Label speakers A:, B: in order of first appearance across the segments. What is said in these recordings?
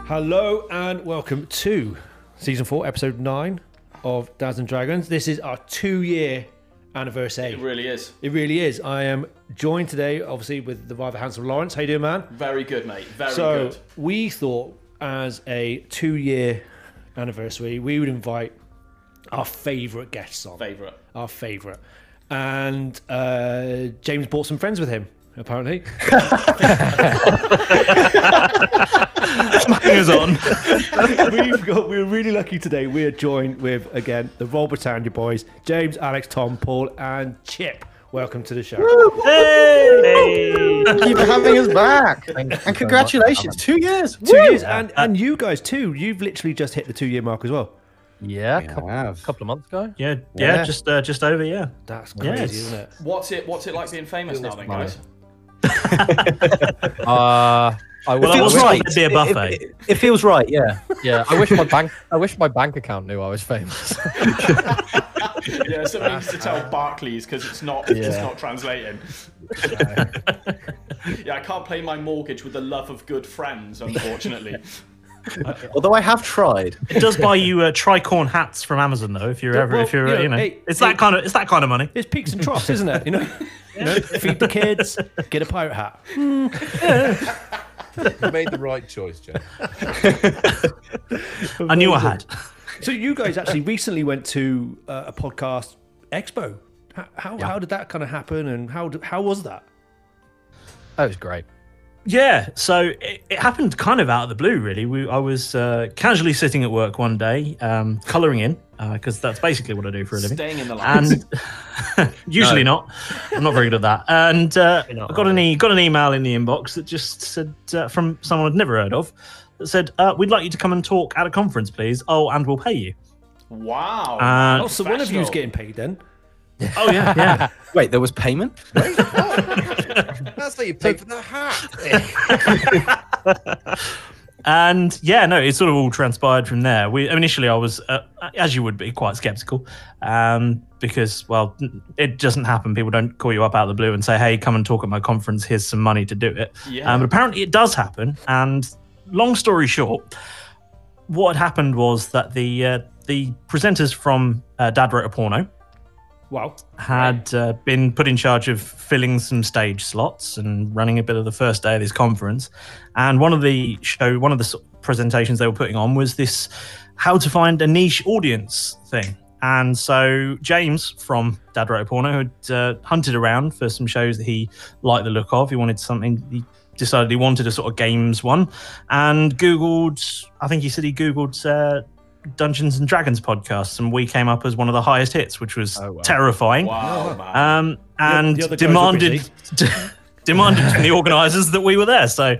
A: Hello and welcome to season four, episode nine of Dads and Dragons. This is our two year
B: It
A: anniversary.
B: really is.
A: It really is. I am joined today, obviously, with the rather handsome Lawrence. How you doing, man?
B: Very good, mate. Very
A: so
B: good.
A: we thought as a two year anniversary we would invite our favourite guests on
B: Favorite.
A: our favourite and uh, james brought some friends with him apparently
C: hangers on.
A: we've got we're really lucky today we are joined with again the royal britannia boys james alex tom paul and chip welcome to the show
D: Thank you for having us back. and congratulations, two years.
A: two years and and you guys too you've literally just hit the two year mark as well
C: Yeah, a couple,
D: have.
C: couple of months ago.
E: Yeah, yeah,
D: Yeah.
E: just uh, just over, yeah.
A: that's crazy
E: Yes.
A: isn't it
B: What's it? What's it like being famous now, then, guys?
C: Uh, I
E: Well, I
C: wish,
E: was right. There'd be a
D: It,
E: buffet.
D: it- it feels right, yeah.
C: yeah, I wish my bank, I wish my bank account knew I was famous.
B: yeah, somebody needs to tell Barclays because it's not. It's
C: Yeah.
B: not translating. yeah, I can't pay my mortgage with the love of good friends, unfortunately.
D: Although I have tried.
E: It does buy you uh, tricorn hats from Amazon though, if you're ever,
A: well,
E: if you're,
A: you
E: uh,
A: know,
E: you know,
A: hey,
E: it's
A: hey.
E: that kind of, it's that kind of money.
A: it's peaks and troughs isn't it you know, you know feed the kids get a pirate hat
F: You made the right choice, Joe.
E: I knew I had.
A: So you guys actually recently went to uh, a podcast expo. How how, how did that kind of happen, and how d how was that?
C: That was great.
E: Yeah, so it, it happened kind of out of the blue, really. We, I was uh, casually sitting at work one day, um, colouring in, because that's basically what I do for a living.
B: Staying in the lines.
E: and usually not. I'm not very good at that. And uh, I got an e- got an email in the inbox that just said uh, from someone I'd never heard of that said, uh, "We'd like you to come and talk at a conference, please. Oh, and we'll pay you."
B: wow.
E: And
A: Oh, so one of you's
B: professional.
A: getting paid then.
E: oh yeah, yeah.
D: Wait, there was payment?
F: That's how you paid for that hat.
E: And yeah, no, it sort of all transpired from there. We I mean, initially, I was, uh, as you would be, quite skeptical um, because, well, it doesn't happen. People don't call you up out of the blue and say, "Hey, come and talk at my conference. Here's some money to do it."
B: Yeah.
E: Um, but apparently, it does happen. And long story short, what had happened was that the uh, the presenters from uh, Dad Wrote a Porno
A: Wow.
E: had uh, been put in charge of filling some stage slots and running a bit of the first day of this conference. And one of the show, one of the sort of presentations they were putting on was this how to find a niche audience thing. And so James from Dad Wrote a Porno had uh, hunted around for some shows that he liked the look of. He wanted something. He decided he wanted a sort of games one, and googled. I think he said he googled uh, Dungeons and Dragons podcasts, and we came up as one of the highest hits, which was
C: Oh, wow.
E: terrifying.
B: wow, man.
E: Um, and
A: the other guys were
E: demanded
A: busy.
E: demanded from the organisers that we were there. So,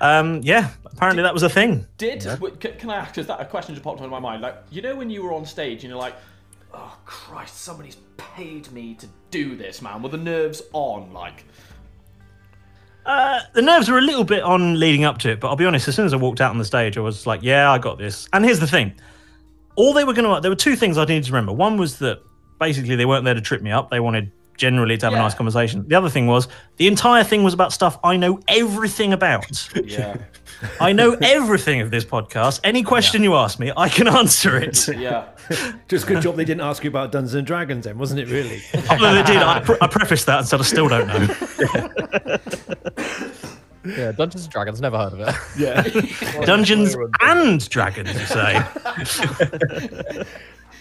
E: um, yeah, apparently that was a thing.
B: Did w- c- can I ask? Is that a question just popped into my mind? Like, you know, when you were on stage and you're like, "Oh Christ, somebody's paid me to do this, man." Were the nerves on? Like,
E: Uh, the nerves were a little bit on leading up to it, but I'll be honest. As soon as I walked out on the stage, I was like, "Yeah, I got this." And here's the thing: all they were going to there were two things I needed to remember. One was that basically they weren't there to trip me up; they wanted generally to have
B: Yeah.
E: a nice conversation. The other thing was the entire thing was about stuff I know everything about.
B: yeah,
E: I know everything of this podcast. Any question you ask me, I can answer it.
B: yeah.
A: Just good job they didn't ask you about Dungeons and Dragons then, wasn't it? Really?
E: Although they did, I, pre- I prefaced that and said I still don't know.
C: Yeah, Dungeons and Dragons. Never heard of it.
A: Yeah.
E: Dungeons and Dragons, you say?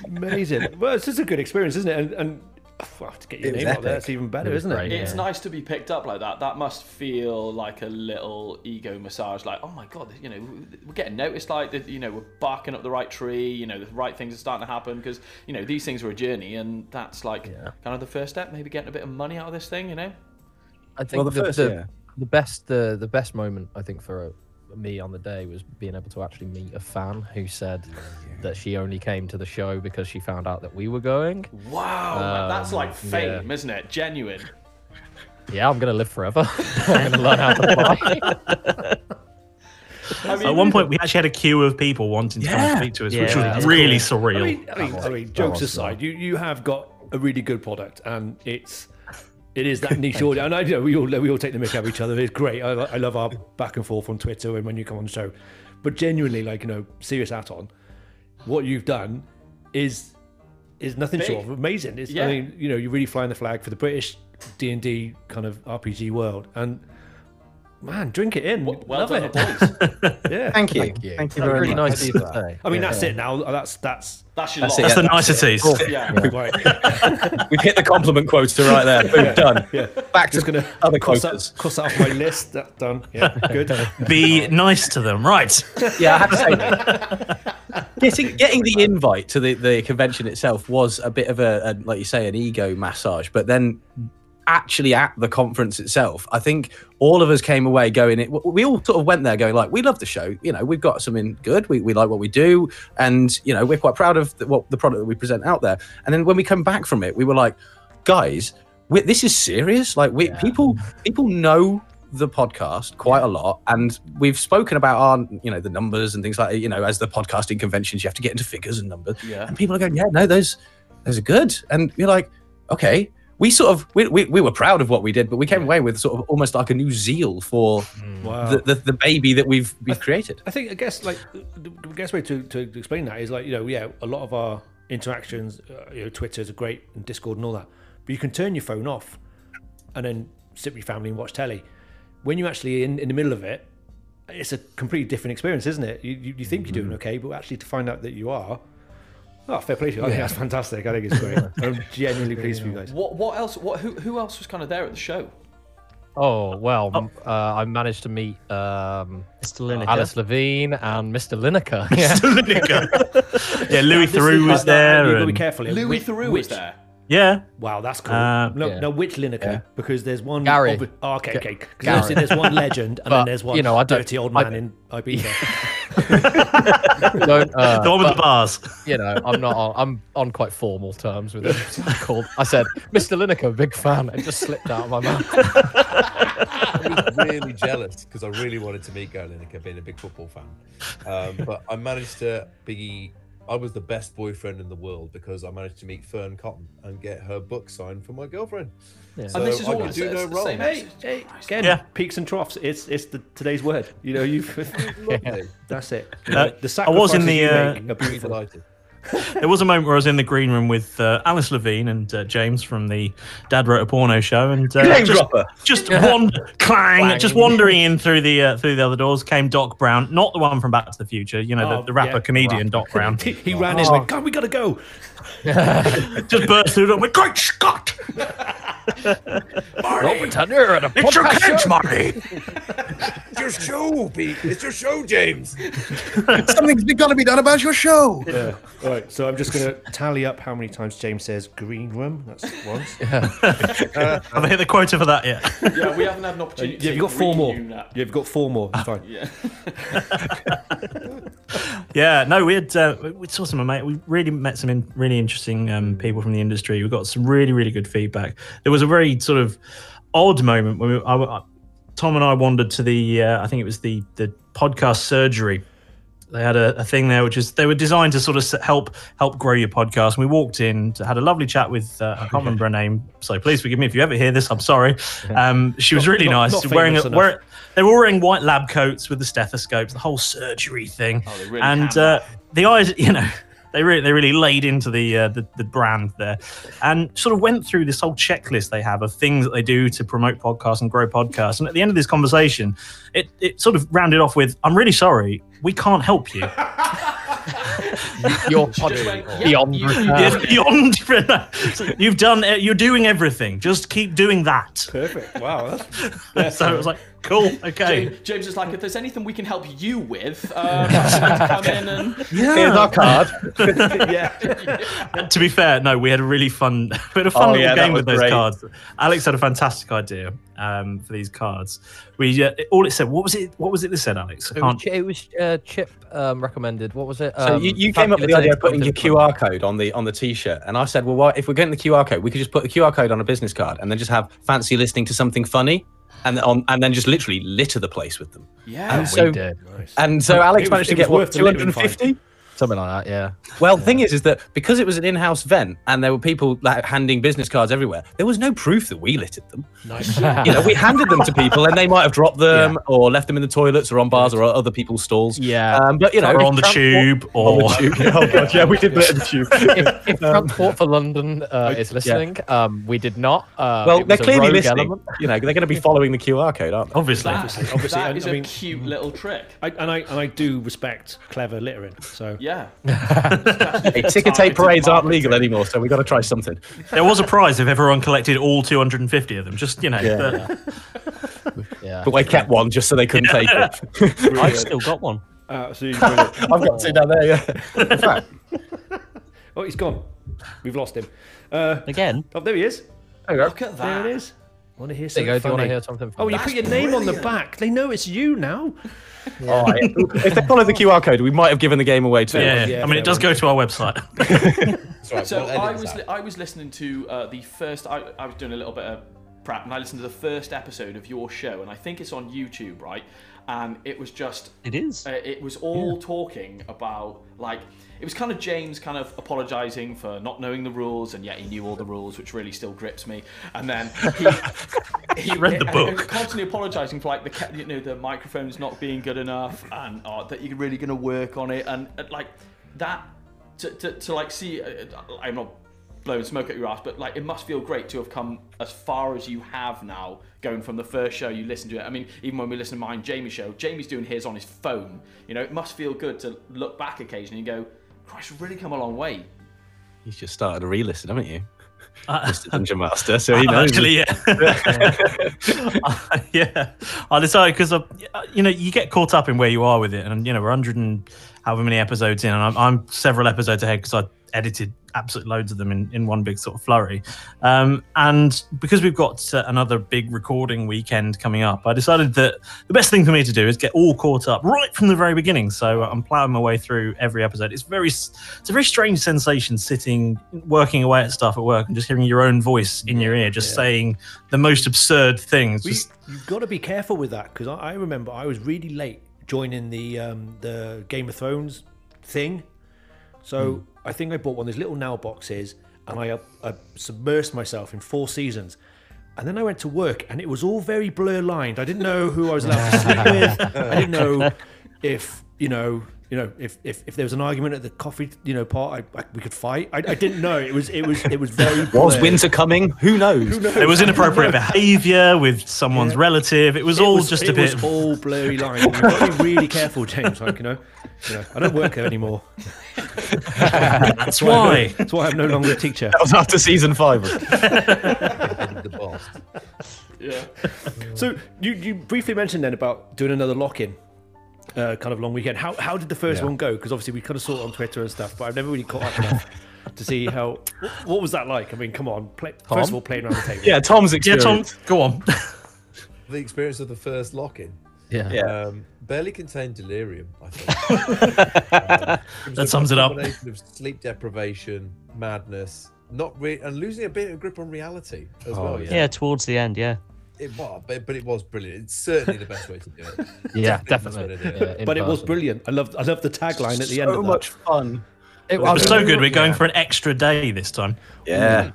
A: Amazing. Well, it's just a good experience, isn't it? And, and well, to get your
D: It was
A: name out there,
D: epic.
A: that's even better,
C: It was
A: isn't it?
C: great.
B: It's
C: Yeah.
B: nice to be picked up like that. That must feel like a little ego massage. Like, oh my god, you know, we're getting noticed. Like, that, you know, we're barking up the right tree. You know, the right things are starting to happen because you know these things are a journey, and that's like kind of the first step. Maybe getting a bit of money out of this thing. You know,
C: I think
D: Well, the
C: the,
D: first,
C: the,
D: yeah.
C: the best the the best moment I think for uh me on the day was being able to actually meet a fan who said that she only came to the show because she found out that we were going.
B: wow, man, that's
C: Um,
B: like fame, isn't it? Genuine.
C: Yeah, I'm gonna live forever. I'm gonna learn how to fly.
B: I mean,
E: At one point, we actually had a queue of people wanting to come and speak to us, which
C: Yeah.
E: was really surreal.
A: I mean, I mean, I mean, jokes aside, you, you have got a really good product, and it's It is that niche audience. And I you know we all we all take the mick out of each other. It's great. I, lo- I love our back and forth on Twitter and when you come on the show. But genuinely, like you know, serious hat on, what you've done is is nothing
B: Big.
A: short of amazing. It's,
B: Yeah.
A: I mean, you know, you're really flying the flag for the British D and D kind of RPG world. And man, drink it in.
B: Well
A: love
B: done,
A: it.
B: the boys.
A: Yeah.
D: Thank you.
C: Thank you.
D: Thank you
C: That's
D: very
C: really
D: much.
C: nice of you to say.
A: I mean, that's it now. That's that's
B: That's your
D: That's
B: lot.
E: That's
D: Yeah,
E: the niceties.
B: Yeah.
A: right.
G: We've hit the compliment quota right there. Boom, done. Back to
A: Just gonna
G: other
A: cross
G: quotas.
A: that, cross that off my list. That's done. Yeah, good.
E: Be nice to them, right?
G: Yeah, I have to say, that. getting getting the invite to the, the convention itself was a bit of a, a, like you say, an ego massage. But then, actually, at the conference itself, I think all of us came away going, it. We all sort of went there going like, we love the show. You know, we've got something good. We, we like what we do, and you know, we're quite proud of the, what the product that we present out there. And then when we come back from it, we were like, guys, we, this is serious. Like, we people people know the podcast quite a lot and we've spoken about our you know the numbers and things like you know as the podcasting conventions you have to get into figures and numbers
B: Yeah.
G: and people are going yeah no those those are good and you're like okay we sort of we, we, we were proud of what we did but we came away with sort of almost like a new zeal for
A: Wow.
G: the, the, the baby that we've we've created
A: I think I guess like the the best way to, to explain that is like you know yeah a lot of our interactions uh, you know Twitter's a great and Discord and all that but you can turn your phone off and then sit with your family and watch telly when you're actually in, in the middle of it it's a completely different experience isn't it you, you, you think you're
G: Mm.
A: doing okay but actually to find out that you are oh fair play to you I think that's fantastic I think it's great I'm genuinely pleased for you guys
B: What what else? What who who else was kind of there at the show?
C: Oh well, m uh, I managed to meet um,
H: Mr. Lineker.
C: Alice Levine and Mr. Lineker. Yeah.
E: Lineker. yeah, Louis Theroux was
A: you've got
E: there.
A: to be
E: and-
A: careful here.
B: Louis
A: Which-
B: Theroux
A: which-
B: was there.
E: yeah,
A: Wow, that's cool.
E: Uh,
A: no,
C: yeah.
A: Now, which Lineker? Because there's one.
C: Gary.
A: obvi- oh, okay, okay. 'Cause
C: Gary.
A: obviously there's one legend, and then
C: But,
A: there's one
C: you know, I don't-
A: dirty old
C: I-
A: man in Ibiza.
C: Don't, uh,
E: the one with the bars.
C: you know, I'm not. On, I'm on quite formal terms with him. I called. I said, "Mr. Lineker, big fan," and just slipped out of my mouth.
F: I was really jealous because I really wanted to meet Golinica, being a big football fan. Um, but I managed to be, I was the best boyfriend in the world because I managed to meet Fern Cotton and get her book signed for my girlfriend.
C: Yeah.
F: So
B: And this is
F: I
B: all
F: could
B: it's,
F: do
B: it's
F: no
B: the
F: wrong.
B: same
A: hey,
B: episode.
A: hey, again,
E: Yeah.
A: peaks and troughs. It's it's the today's word. You know, you.
F: Lovely.
A: that's it.
E: Uh,
A: the
E: I was in
A: sacrifices
E: the,
A: you
E: uh,
A: make are
F: Really
A: beautiful.
F: delighted.
E: There was a moment where I was in the green room with uh, Alice Levine and uh, James from the Dad Wrote a Porno show, and uh,
G: Name
E: just,
G: dropper.
E: just wand- clang, just wandering in through the uh, through the other doors came Doc Brown, not the one from Back to the Future, you know,
A: Oh,
E: the, the rapper
A: yeah,
E: comedian Doc Brown,
A: He, he ran
E: Oh.
A: in like, God, we gotta go.
E: just burst through the door. went, Great Scott!
C: Robert Tanner at a
E: It's your
C: podcast
E: kids,
C: show.
E: Marty.
F: It's your show, Pete. It's your show, James.
G: something's got to be done about your show
A: Yeah. All right. So I'm just gonna tally up how many times James says green room. That's once.
E: Have I hit the quota for that yet?
B: Yeah, we haven't had an opportunity.
A: You've
B: to
A: got four more.
B: reunion that.
A: You've got four more. It's fine.
B: Yeah.
E: Yeah, no, we had uh, we- we saw some ama- We really met some in, really interesting um, people from the industry. We got some really really good feedback. There was a very sort of odd moment when we, I, I- Tom and I wandered to the uh, I think it was the the podcast surgery. They had a, a thing there, which is they were designed to sort of s- help help grow your podcast. And we walked in, had a lovely chat with uh, I can't remember her name, so please forgive me if you ever hear this. I'm sorry. Um, she was really
A: not-
E: nice,
A: not
E: wearing
A: famous
E: a,
A: enough.
E: wear, they were all wearing white lab coats with the stethoscopes, the whole surgery thing.
B: Oh, they really
E: and
B: hammered
E: uh, the eyes, you know, they really they really laid into the, uh, the the brand there, and sort of went through this whole checklist they have of things that they do to promote podcasts and grow podcasts. And at the end of this conversation, it it sort of rounded off with, "I'm really sorry, we can't help you."
C: Your
B: Just
C: podcast
B: went, yeah,
C: beyond
B: you-
C: repair.
E: It's beyond so you've done it, you're doing everything. Just keep doing that.
A: Perfect. Wow. That's
E: So it was like, cool, okay.
B: James, James is like, if there's anything we can help you with, um, come in and
G: here's our card
A: yeah.
E: And to be fair, no, we had a really fun, we had a fun
G: Oh,
E: little
G: yeah, that
E: game
G: was
E: with those
G: great.
E: cards. Alex had a fantastic idea um, for these cards. We uh, it- all it said, what was it? What was it that said, Alex? I
C: It was,
E: can't.
C: Chi- it was uh, Chip um, recommended. What was it?
G: So
C: Um,
G: you, you came up with the
C: fabulous
G: idea of putting your
C: expensive-
G: QR code on the on the T-shirt, and I said, well, why, if we're getting the QR code, we could just put the QR code on a business card, and then just have fancy listening to something funny, and on and then just literally litter the place with them.
B: yeah. Oh,
G: so
C: We did.
G: and so Alex
A: was-
G: managed
A: it
G: to
A: was
G: get what
A: worth the
G: two hundred
A: littering
G: and
A: fine.
G: fifty.
C: Something like that, yeah.
G: Well, the thing is, is that because it was an in-house event and there were people like, handing business cards everywhere, there was no proof that we littered them.
A: Nice.
G: You know, we handed them to people and they might have dropped them or left them in the toilets or on bars or other people's stalls.
C: Yeah.
G: um, but you know,
E: or
G: if
E: on the
G: Trump-
E: tube, or
C: oh god, yeah, we did bit of the tube. if,
H: If Transport for London uh, is listening, um, we did not. Uh, it
G: Well,
H: was
G: they're
H: a
G: clearly
H: rogue
G: listening.
H: element.
G: You know, they're going to be following the QR code, aren't they?
E: obviously.
B: That,
A: obviously,
B: that
A: and
B: is
A: I
B: a
A: mean-
B: cute little trick.
A: I, and I and I do respect clever littering. So
B: Yeah.
G: Hey, ticker tape
B: Targeted
G: parades aren't
B: marketing.
G: legal anymore, so we got to try something.
E: There was a prize if everyone collected all 250 of them. Just you know, the-
C: Yeah.
G: But I kept one just so they couldn't take it.
I: I've still got one.
A: absolutely. brilliant.
G: I've got two down there. Yeah.
A: oh, he's gone. We've lost him. Uh,
I: Again,
A: oh, there he is.
B: Look at that.
A: There it is. Want to hear
C: There
A: something
C: you go. Do you
A: funny?
C: want to hear something?
A: oh,
C: Funny?
A: you put your name on the back. They know it's you now.
G: All right. If they followed the QR code, we might have given the game away too.
E: yeah,
A: yeah,
E: I mean,
A: fair
E: it does go to our website.
F: That's right,
B: So
F: we'll edit
B: I was
F: that.
B: li- I was listening to uh, the first. I, I was doing a little bit of prep, and I listened to the first episode of your show, and I think it's on YouTube, right? And it was just
I: it is.
B: uh, it was all talking about like it was kind of James kind of apologizing for not knowing the rules, and yet he knew all the rules, which really still grips me. And then he, he
E: Read the
B: and he
E: book.
B: was constantly apologizing for like the ca- you know the microphones not being good enough, and uh, that you're really going to work on it, and uh, like that to, to, to like see. Uh, I'm not blowing smoke at your ass, but like it must feel great to have come as far as you have now, going from the first show you listened to it. I mean, even when we listen to mine, Jamie's show, Jamie's doing his on his phone. You know, it must feel good to look back occasionally and go, Christ, we've really come a long way.
G: He's just started a re-listen, haven't you? Mr. Dungeon Master, so he knows.
E: Actually, yeah. yeah. I decided because, you know, you get caught up in where you are with it. And, you know, we're 100 and however many episodes in. And I'm, I'm several episodes ahead because I edited absolute loads of them in, in one big sort of flurry. Um, and because we've got uh, another big recording weekend coming up, I decided that the best thing for me to do is get all caught up right from the very beginning. So uh, I'm plowing my way through every episode. It's very, s- it's a very strange sensation sitting, working away at stuff at work and just hearing your own voice in your ear, just saying the most absurd things.
A: We,
E: Just,
A: you've got to be careful with that because I, I remember I was really late joining the um, the Game of Thrones thing. So
G: Hmm.
A: I think I bought one of these little now boxes and I, uh, I submersed myself in four seasons. And then I went to work and it was all very blur lined. I didn't know who I was allowed to sleep with. I didn't know if, you know, you know, if, if, if there was an argument at the coffee, you know, part, I, I, we could fight. I, I didn't know. It was it was it was very
G: Was
A: blurred.
G: winter coming? Who knows?
E: there was inappropriate behaviour with someone's relative. It was all
A: was-
E: just
A: it
E: a bit.
A: was all blurry lines. You've got to be really careful, James. Like you know, you know, I don't work there anymore.
E: That's why.
A: That's why I'm no longer a teacher.
G: That was after season five.
F: the boss.
B: Yeah.
A: So you, you briefly mentioned then about doing another lock-in, uh, kind of long weekend. How how did the first one go? Because obviously we kind of saw it on Twitter and stuff, but I've never really caught up enough to see how. wh- What was that like? I mean, come on. Play, first of all, playing around the table.
G: Yeah, Tom's
E: Yeah,
G: experience.
E: Tom, go on.
F: The experience of the first lock-in.
C: Yeah.
G: Yeah.
F: Um, barely contained delirium. I think. Um, it was
E: That
F: a
E: sums it up.
F: combination Of sleep deprivation, madness, not re- and losing a bit of grip on reality as
C: Oh,
F: well.
I: Yeah. towards the end, yeah.
F: It was, but, but it was brilliant. It's certainly the best way to do it.
C: Yeah, definitely.
F: Definitely that's what it is.
C: Yeah, in
A: But it was
C: person.
A: brilliant. I loved I loved the tagline at the end.
G: so
A: of that.
G: much fun.
C: It
E: It was
C: was
E: so good. We're going for an extra day this time.
G: Yeah.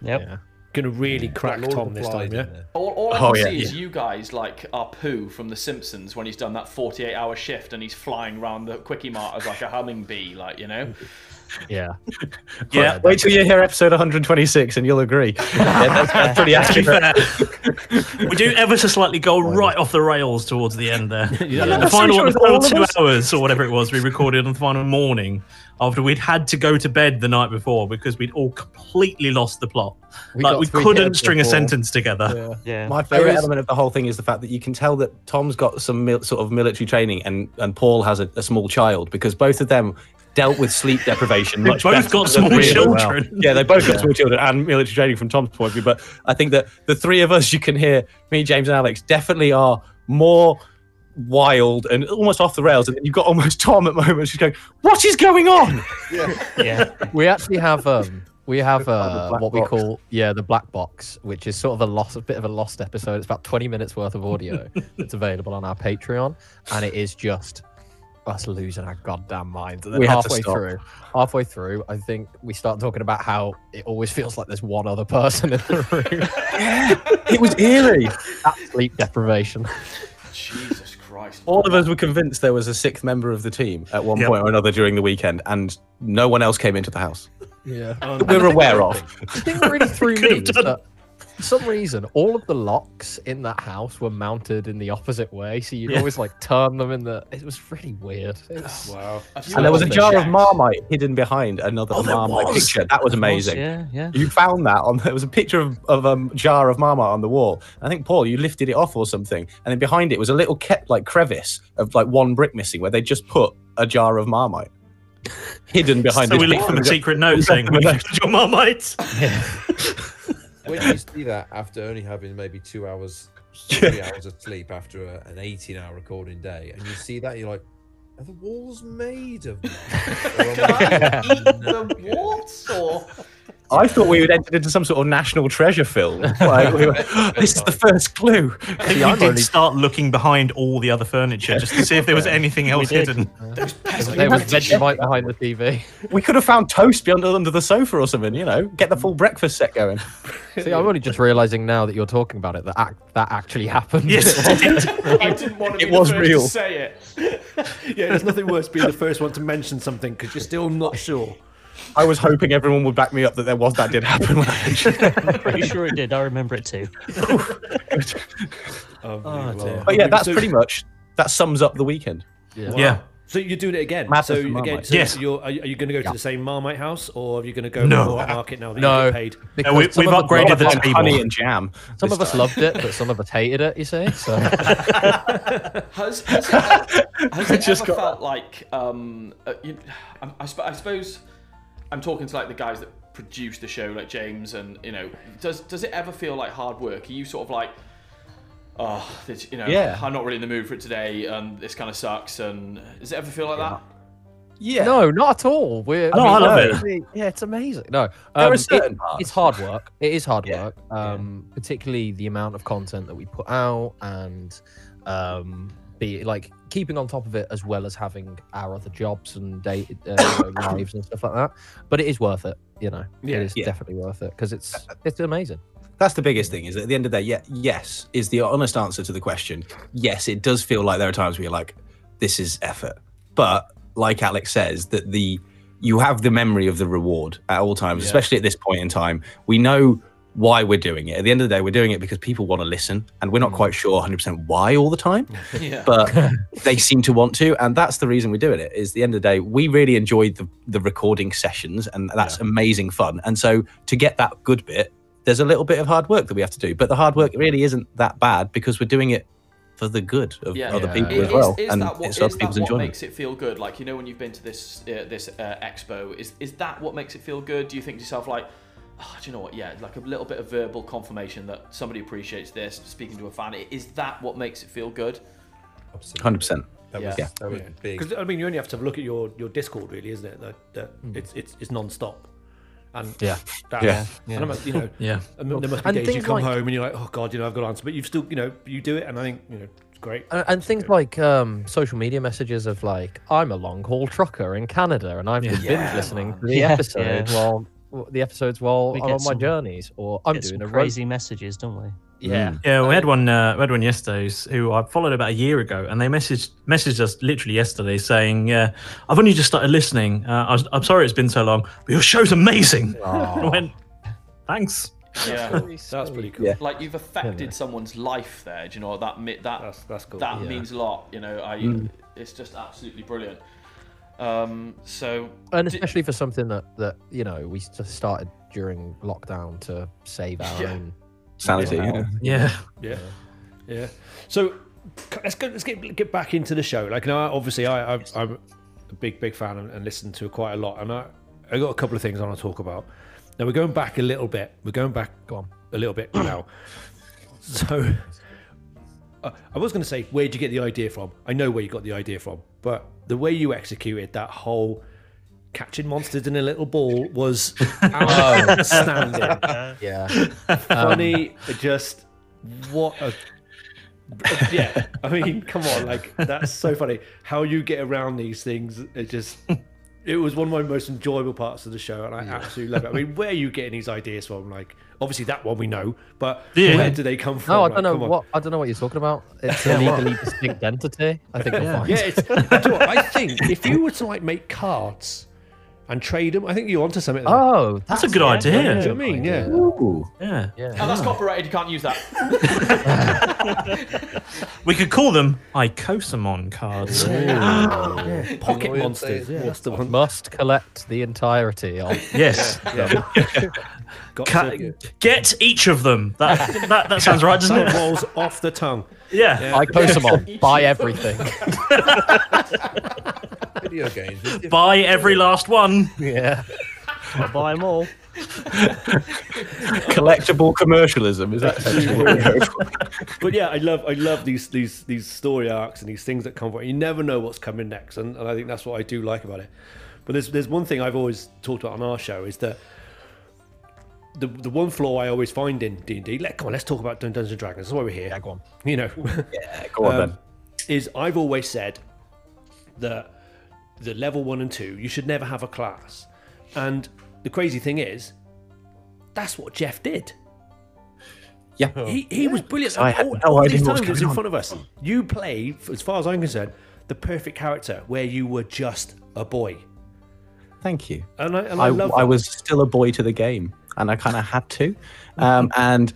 I: Yep.
A: Gonna really crack
F: Lord of
A: Tom
F: the
A: this time,
F: Flies
A: yeah.
F: in there.
B: All, all I
G: Oh,
B: can
G: yeah,
B: see is you guys like are poo from The Simpsons when he's done that 48 hour shift and he's flying around the quickie mart as like a humming bee, like, you know?
C: Yeah.
E: Yeah.
G: Wait till you hear episode 126 and you'll agree. yeah, that's, that's pretty accurate.
E: we do ever so slightly go right off the rails towards the end there.
A: I'm
E: The
G: not so
E: final,
G: sure
E: the
G: it's
E: final
G: all of
E: two
G: us.
E: hours or whatever it was we recorded on the final morning after we'd had to go to bed the night before because we'd all completely lost the plot.
C: We
E: like
C: got
E: we
C: three
E: couldn't
C: heads
E: string a
C: before.
E: sentence together.
I: Yeah.
G: My favorite
D: is-
G: element of the whole thing is the fact that you can tell that Tom's got some mil- sort of military training and, and Paul has a, a small child because both of them dealt with sleep deprivation
E: We've
G: much better
E: both got
G: than
E: small
G: we did.
E: children.
G: Yeah, they both got small children and military training from Tom's point of view. But I think that the three of us, you can hear me, James, and Alex, definitely are more wild and almost off the rails. And then you've got almost Tom at moments just going, What is going on?
I: Yeah.
C: We actually have um we have uh,
G: black
C: what we
G: box.
C: call yeah the black box, which is sort of a lost a bit of a lost episode. It's about twenty minutes worth of audio that's available on our Patreon, and it is just
H: us losing our goddamn minds. And then
G: We had to
H: halfway
G: stop.
H: through, halfway through, I think we start talking about how it always feels like there's one other person in the room.
G: It was eerie.
H: That's sleep deprivation.
B: Jesus Christ.
G: All of us were convinced there was a sixth member of the team at one
E: Yep.
G: point or another during the weekend, and no one else came into the house.
H: Yeah.
G: that we were aware of.
H: The thing that really threw
E: Could
H: me
E: have
H: was
E: done.
H: that for some reason all of the locks in that house were mounted in the opposite way, so you'd
E: Yeah.
H: always like turn them in the. It was really weird. It was-
A: Wow.
B: Have you
G: And there was a
B: ever
G: jar of
B: checked-
G: Marmite hidden behind another
E: Oh, there
G: Marmite
E: was.
G: picture. That was amazing.
I: Yeah, yeah.
G: You found that on there was a picture of, of a jar of Marmite on the wall. I think Paul, you lifted it off or something, and then behind it was a little kept like crevice of like one brick missing where they just put a jar of Marmite hidden behind.
E: So
G: this
E: we leaked
G: picture.
E: them a secret note saying we left your marmite.
F: When you see that after only having maybe two hours, three hours of sleep after a, an 18 hour recording day, and you see that, you're like, are the walls made of.
B: Guys, eat the
F: Yeah.
B: waltz or
G: I thought we would enter into some sort of national treasure film. Like, we were, this is the first clue.
E: I think we did start looking behind all the other furniture just to see if there was anything else
I: did.
E: hidden.
H: There was Vegemite behind the TV.
G: We could have found toast beyond under the sofa or something. You know, get the full breakfast set going.
H: See, I'm only just realizing now that you're talking about it that act, that actually happened.
E: Yes, it did.
B: I didn't want to be
G: It
B: the
G: was
B: first
G: real.
B: to say it.
A: Yeah, there's nothing worse being the first one to mention something because you're still not sure.
G: I was hoping everyone would back me up that there was that did happen. When I mentioned it.
I: I'm pretty sure it did. I remember it too.
A: Oh, dear.
G: But yeah, that's
A: So-
G: pretty much that sums up the weekend.
E: Yeah.
A: So you're doing it again.
G: Madness
A: so
G: for Marmite.
A: again, so
E: Yes.
A: You're, are you, going to go to the same Marmite house, or are you going to go
E: No.
A: more market now that
H: No.
A: you get paid?
H: because
E: we-
H: some
E: we've
H: of us
E: upgraded
H: loved
E: the
H: it.
E: table.
G: honey and jam.
H: Some
G: this
H: of us
G: time.
H: loved it, but some of us hated it. You see, so
B: Has, has it, ever- has it
G: Just
B: ever
G: got-
B: felt like um, uh, you, I, I, sp- I suppose I'm talking to like the guys that produce the show, like James, and you know, does does it ever feel like hard work? Are you sort of like, oh, it's- you know,
G: Yeah.
B: I'm not really in the mood for it today, and this kind of sucks, and does it ever feel like that?
G: Yeah.
H: no, not at all. We're,
E: No, I love it.
H: honestly, Yeah, it's amazing. No, um,
G: are
H: it-
G: certain parts.
H: It's hard work. It is hard
G: Yeah.
H: work. Um, particularly the amount of content that we put out and um, be like keeping on top of it as well as having our other jobs and day uh, you know, lives and stuff like that. But it is worth it. You know,
A: Yeah,
H: it is
G: yeah.
H: definitely worth it because it's it's amazing.
G: That's the biggest thing is that at the end of the day, yeah, yes is the honest answer to the question. Yes, it does feel like there are times where you're like, this is effort. But like Alex says, that the you have the memory of the reward at all times, especially at this point in time. We know why we're doing it. At the end of the day, we're doing it because people want to listen, and we're not quite sure 100% why all the time.
B: Yeah.
G: but they seem to want to and that's the reason we're doing it is the end of the day we really enjoyed the, the recording sessions and that's amazing fun and so to get that good bit there's a little bit of hard work that we have to do but the hard work really isn't that bad because we're doing it for the good of
B: Yeah.
G: other
H: Yeah.
G: people
B: Is-
G: as well
B: Is, is
G: and
B: that what,
G: it's
B: is
G: other
B: that
G: people's
B: what
G: enjoyment
B: makes it feel good? Like you know, when you've been to this uh, this uh, expo, is is that what makes it feel good? Do you think to yourself like, oh, do you know what? Yeah, like a little bit of verbal confirmation that somebody appreciates this. Speaking to a fan, is that what makes it feel good?
G: 100%
F: That
B: Yeah.
F: was, that was big.
A: Because I mean, you only have to have a look at your, your Discord, really, isn't it? That, that
G: Hmm.
A: it's it's it's non-stop. And
H: Yeah.
A: that,
G: Yeah.
A: And I'm, you know,
G: Yeah.
A: and there must be
H: And
A: days you
H: things
A: come
H: like-
A: home and you're like, oh god, you know, I've got to answer, but you've still, you know, you do it, and I think you know, it's great.
H: And, and things like um, social media messages of like, I'm a long haul trucker in Canada, and I've just been
B: Yeah,
H: listening
B: man.
H: to the
I: Yeah,
H: episode
I: yeah.
H: while w- the episodes while
I: We
H: I'm
I: get
H: on my
I: some-
H: journeys, or I'm
I: Get some
H: doing a road-
I: crazy messages, don't we?
H: Yeah,
E: Yeah, we had one. Uh, we had one yesterday s- who I followed about a year ago, and they messaged messaged us literally yesterday saying, uh, "I've only just started listening. Uh, I was, I'm sorry it's been so long, but your show's amazing." And
J: Oh.
E: I went, "Thanks."
B: Yeah.
A: That's pretty cool.
G: Yeah.
B: like you've affected someone's life there. Do you know what? that mi- that
A: That's that's cool.
B: that means a lot? You know, I
G: Mm.
B: it's just absolutely brilliant. Um, so
H: and especially for something that that you know we s- started during lockdown to save our
B: Yeah.
H: own.
G: sanity
H: Yeah.
G: yeah.
E: Yeah,
A: Yeah, yeah. So c- let's go, let's get get back into the show. Like now, obviously, I, I I'm a big big fan and, and listen to quite a lot, and I I got a couple of things I want to talk about. Now we're going back a little bit. We're going back
H: Go on.
A: a little bit now. So uh, I was going to say, where'd you get the idea from? I know where you got the idea from, but the way you executed that whole catching monsters in a little ball was outstanding
H: Yeah,
A: funny. just what a yeah, I mean, come on, like that's so funny. How you get around these things, it just it was one of my most enjoyable parts of the show, and I absolutely love it. I mean, where are you getting these ideas from? Like, obviously that one we know, but
E: Yeah.
A: where do they come from?
H: No, I
A: Like,
H: don't know
A: come on.
H: what I don't know what you're talking about. It's a legally distinct entity. I think you'll find.
A: Yeah, it's, do you know what? I think if you were to like make cards and trade them, I think you're onto something. there.
H: Oh,
E: That's a good idea.
A: do you know what I mean? Yeah.
E: Yeah.
B: And oh, that's copyrighted. You can't use that.
E: We could call them Icosomon cards.
A: Pocket
F: Lloyd
A: monsters.
F: says,
A: Yeah, that's the one.
H: must collect the entirety of.
E: Yes.
A: Got
E: Ca-
A: to-
E: get each of them. That, that that sounds right, doesn't
A: That
E: it?
A: rolls off the tongue.
E: Yeah.
H: I Cosamon, buy everything.
F: Video games. there's different-
E: Buy every last one.
H: yeah.
I: I'll buy them all.
G: Collectible commercialism is that essentially what we're going for?
A: But yeah, I love I love these these these story arcs and these things that come from. You never know what's coming next, and, and I think that's what I do like about it. But there's there's one thing I've always talked about on our show is that the the one flaw I always find in D and D. Let come on, let's talk about Dun- Dungeons and Dragons. That's why we're here.
H: go on.
A: You know,
G: Yeah, go on
A: um, is I've always said that the level one and two, you should never have a class. And the crazy thing is, that's what Jeff did.
G: Oh. Yeah.
A: He, he was brilliant.
G: I had
A: All-
G: no
A: all
G: idea
A: these
G: what was
A: times it was
G: going
A: in
G: on.
A: front of us. You played, as far as I'm concerned, the perfect character where you were just a boy.
G: then. Thank you.
A: And I, and I,
G: I,
A: love
G: I
A: that.
G: was still a boy to the game, and I kind of had to.
A: Mm-hmm.
G: Um, and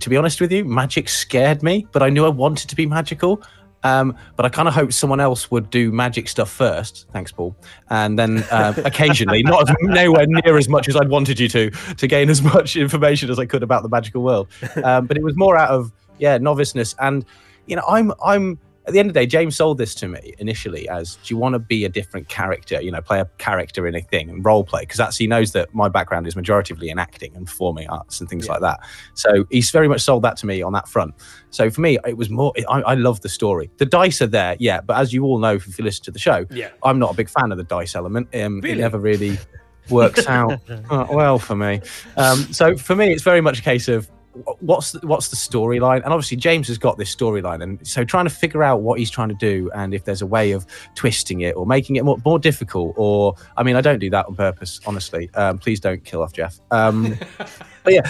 G: to be honest with you, magic scared me, but I knew I wanted to be magical. Um, but I kind of hoped someone else would do magic stuff first. Thanks, Paul. And then uh, occasionally, not as, nowhere near as much as I'd wanted you to, to gain as much information as I could about the magical world. Um, but it was more out of yeah noviceness. And you know, I'm I'm at the end of the day, James sold this to me initially as do you want to be a different character? You know, play a character in a thing and role play because that's he knows that my background is majoritively in acting and performing arts and things like that. So he's very much sold that to me on that front. So for me, it was more. I, I love the story. The dice are there, yeah, but as you all know, if you listen to the show,
A: Yeah.
G: I'm not a big fan of the dice element. Um, It
A: Really?
G: never really works out uh, well for me. Um, so for me, it's very much a case of wh- what's the, what's the storyline, and obviously James has got this storyline, and so trying to figure out what he's trying to do, and if there's a way of twisting it or making it more, more difficult, or I mean, I don't do that on purpose, honestly. Um, please don't kill off Jeff. Um, but yeah,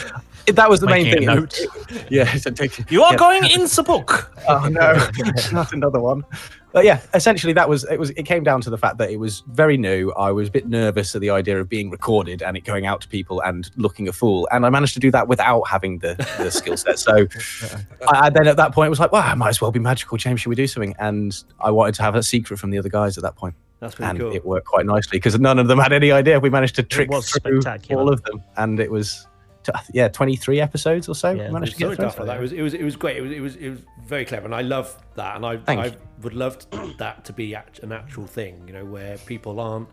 G: it- that was the main
E: Making
G: thing.
E: a note.
G: Yeah, so take-
E: You are
G: yeah.
E: going in the book.
G: Oh no, not another one. But yeah, essentially that was it. Was it came down to the fact that it was very new. I was a bit nervous at the idea of being recorded and it going out to people and looking a fool. And I managed to do that without having the, the skill set. So I, I then at that point was like, well, I might as well be magical. James, should we do something? And I wanted to have a secret from the other guys at that point,
A: That's pretty
G: and
A: cool.
G: it worked quite nicely because none of them had any idea. We managed to trick
I: was
G: through
I: spectacular.
G: all of them, and it was. t- yeah, twenty-three episodes or so.
I: Yeah,
G: we
A: It was
G: managed to
A: so
G: get through.
A: daft like that. It was, it was it was great. It was it was it was very clever, and I love that. And I
G: Thank
A: I
G: you.
A: would love t- that to be act- an actual thing. You know, where people aren't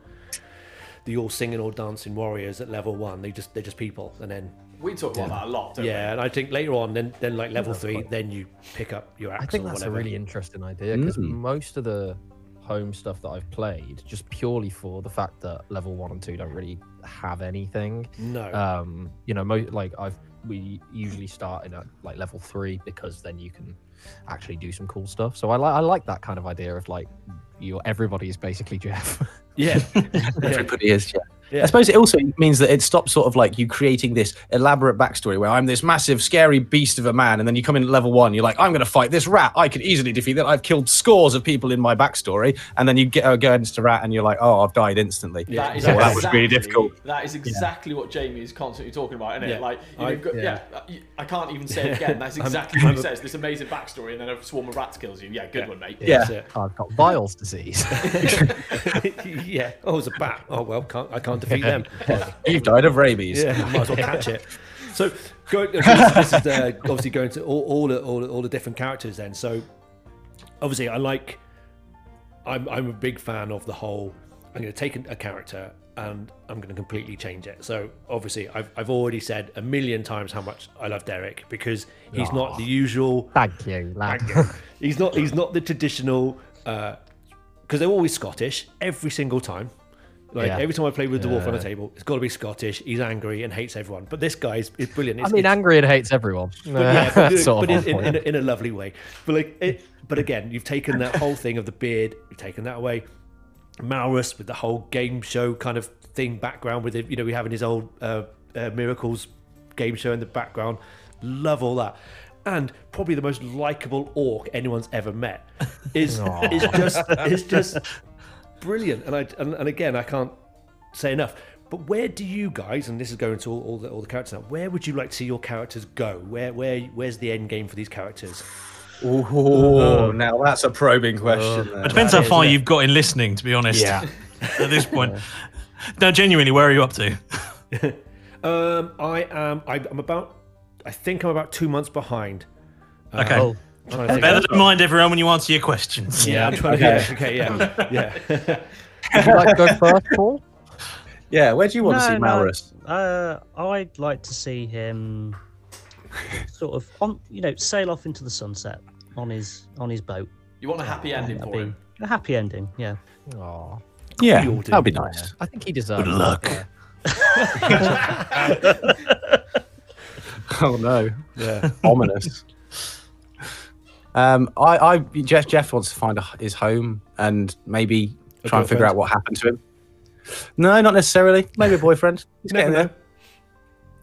A: the all singing all dancing warriors at level one. They just they're just people, and then
B: We talk about that a lot. Don't
A: yeah. And I think later on, then then like level three, then you pick up your axe.
H: I think
A: or
H: that's a
A: whatever.
H: really interesting idea because
G: Mm.
H: most of the home stuff that I've played, just purely for the fact that level one and two don't really have anything.
A: no.
G: uh,
H: Um, you know, mo- like I've we usually start in at like level three because then you can actually do some cool stuff. So I like I like that kind of idea of like you everybody is basically Jeff.
A: yeah,
G: Everybody is, yeah.
A: Yeah.
G: I suppose it also means that it stops sort of like you creating this elaborate backstory where I'm this massive, scary beast of a man, and then you come in at level one, you're like, I'm going to fight this rat. I could easily defeat that. I've killed scores of people in my backstory, and then you get uh, go against a rat, and you're like, oh, I've died instantly.
B: we? That is
G: Yeah, that
B: exactly,
G: was really difficult.
B: That is exactly what Jamie is constantly talking about, isn't it?
A: Yeah.
B: Like, you know,
A: I-
B: you've got- yeah. uh, you- I can't even say it again. That's
A: I'm-
B: exactly
A: I'm
B: what he
A: a-
B: says. This amazing backstory, and then a swarm of rats kills you. Yeah, good one, mate.
A: That's it.
H: I've got Viles disease.
A: yeah. Oh, it's a bat. Oh well, can't I can't defeat them.
G: You've died of rabies.
A: Yeah, might as well catch it. So, go, okay, so this is uh, obviously going to all all the, all, the- all the different characters. Then, so obviously, I like. I'm I'm a big fan of the whole. I'm going to take a character and I'm going to completely change it. So obviously, I've I've already said a million times how much I love Derek because he's not the usual.
H: Thank you, lad.
A: He's not uh, he's not the traditional because they're always Scottish every single time. Like
H: Yeah.
A: every time I play with the dwarf on the table, it's got to be Scottish. He's angry and hates everyone. But this guy is, is brilliant.
H: I
A: It's-
H: mean,
A: it's-
H: angry and hates everyone.
A: but, yeah, but,
H: That's sort
A: but
H: of
A: in,
H: on
A: in,
H: point.
A: in, a, in a lovely way. But like, it, but again, you've taken that whole thing of the beard, you've taken that away. Malrus with the whole game show kind of thing background, with it, you know, we having his old uh, uh, miracles game show in the background. Love all that. And probably the most likable orc anyone's ever met is is just is just brilliant. And I and, and again, I can't say enough. But where do you guys, and this is going to all, all the all the characters now, where would you like to see your characters go? Where where where's the end game for these characters?
G: Oh, now that's a probing question.
E: It depends how far you've got in listening, to be honest.
G: Yeah.
E: At this point. No, genuinely, where are you up to?
A: Um, I am I, I'm about I think I'm about two months behind.
E: Okay.
H: Oh,
A: I'm trying to think.
E: Better remind everyone when you answer your questions.
A: yeah, I'm trying to yeah, okay, yeah. Yeah.
H: would you like to go first, Paul?
G: yeah, where do you want to see
I: No, no.
G: Malrus?
I: Uh, I'd like to see him sort of on, you know, sail off into the sunset on his on his boat.
B: You want a happy ending
I: That'd
B: for him?
I: be a happy ending. Yeah.
H: Aw,
G: Yeah,
A: We all do.
G: that'd be nice.
H: I think he deserves.
E: Good
H: it,
E: luck.
H: yeah.
G: Oh no,
A: Yeah.
G: ominous. Um, I, I, Jeff, Jeff wants to find a, his home and maybe try and figure
A: girlfriend?
G: out what happened to him. No, not necessarily. Maybe a boyfriend. He's
A: Never
G: getting there.
A: know.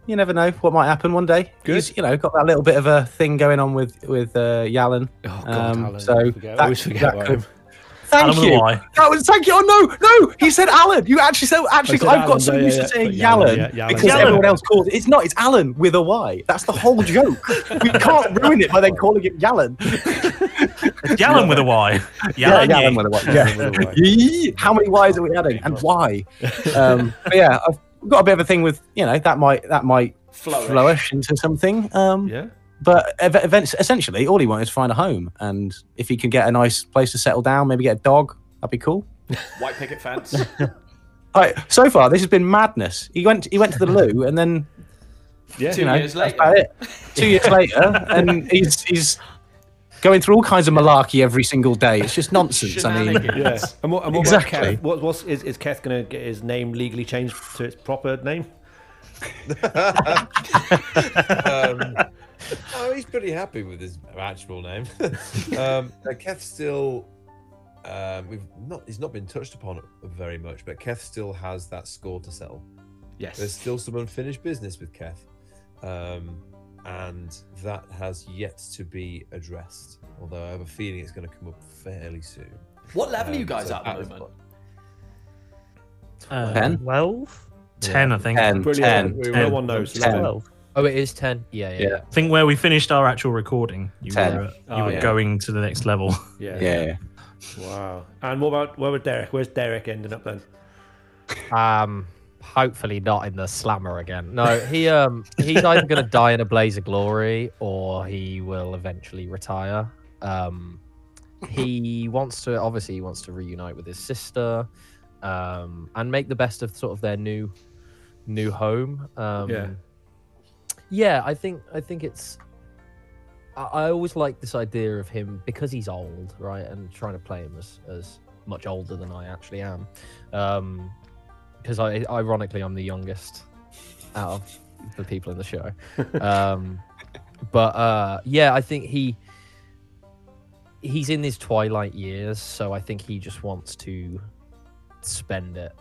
G: You never know what might happen one day.
A: Good.
G: He's, you know, got that little bit of a thing going on with with uh, Yalan.
A: Oh god,
G: Um,
A: Alan,
G: so
A: I, forget, I always
G: that-
A: forget
G: that
A: about
G: could-
A: him.
G: Thank
E: Alan with a
G: you.
E: Y.
G: That was thank you. Oh no, no, he said Alan. You actually said actually.
A: said
G: I've
A: Alan,
G: got so
A: yeah,
G: used
A: yeah,
G: to saying
A: but Yalan,
G: Yalan
A: yeah, Yalan.
G: because
E: Yalan.
G: everyone else calls it. It's not. It's Alan with a Y. That's the whole joke. we can't ruin it by then calling it Yalan.
E: Yallan with a Y. Yallan,
G: Yeah,
E: yeah.
G: Yalan with a Y. Yeah. Yee. How many Y's are we adding, and why? Um, but yeah, I've got a bit of a thing with you know that might that might
B: Flourish.
G: flourish into something. Um,
A: Yeah.
G: But ev- events, essentially, all he wanted is to find a home, and if he could get a nice place to settle down, maybe get a dog, that'd be cool.
B: White picket fence.
G: Like, so far, this has been madness. He went, he went to the loo, and then
A: Yeah.
B: Two
G: you know,
B: years later.
G: that's about it. Two years later, and he's he's going through all kinds of malarkey every single day. It's just nonsense. I mean,
B: Shenanigans.
A: Yeah. And what, and what
G: Exactly.
A: About Keth? What, what's is, is Keth gonna get his name legally changed to its proper name?
F: um, oh, he's pretty happy with his actual name. um, now Keth still, um, we've not, he's not been touched upon very much, but Keth still has that score to settle.
A: Yes.
F: There's still some unfinished business with Keth, um, and that has yet to be addressed. Although I have a feeling it's going to come up fairly soon.
B: What level are you
F: Um,
B: guys
F: so
B: at at
F: that
B: the
F: is
B: moment?
E: Uh,
G: Ten?
I: Twelve.
E: 10, I think.
G: ten,
A: Brilliant. No
G: ten.
E: ten,
A: one knows.
G: ten.
A: Love it.
I: Twelve.
H: Oh, it is ten. Yeah, yeah.
G: Yeah.
H: yeah.
E: I think where we finished our actual recording, you
G: Ten.
E: were, uh, you
A: Oh,
E: were
A: yeah.
E: going to the next level.
A: Yeah.
G: Yeah, yeah.
A: Wow. And what about what about Derek? Where's Derek ending up then?
H: Um, hopefully not in the slammer again. No, he um, he's either going to die in a blaze of glory or he will eventually retire. Um, he wants to obviously he wants to reunite with his sister, um, and make the best of sort of their new, new home. Um,
A: Yeah.
H: yeah, I think I think it's. I, I always like this idea of him because he's old, right, and trying to play him as as much older than I actually am. Um, because I ironically I'm the youngest out of the people in the show. Um, but uh, yeah, I think he he's in his twilight years, so I think he just wants to spend it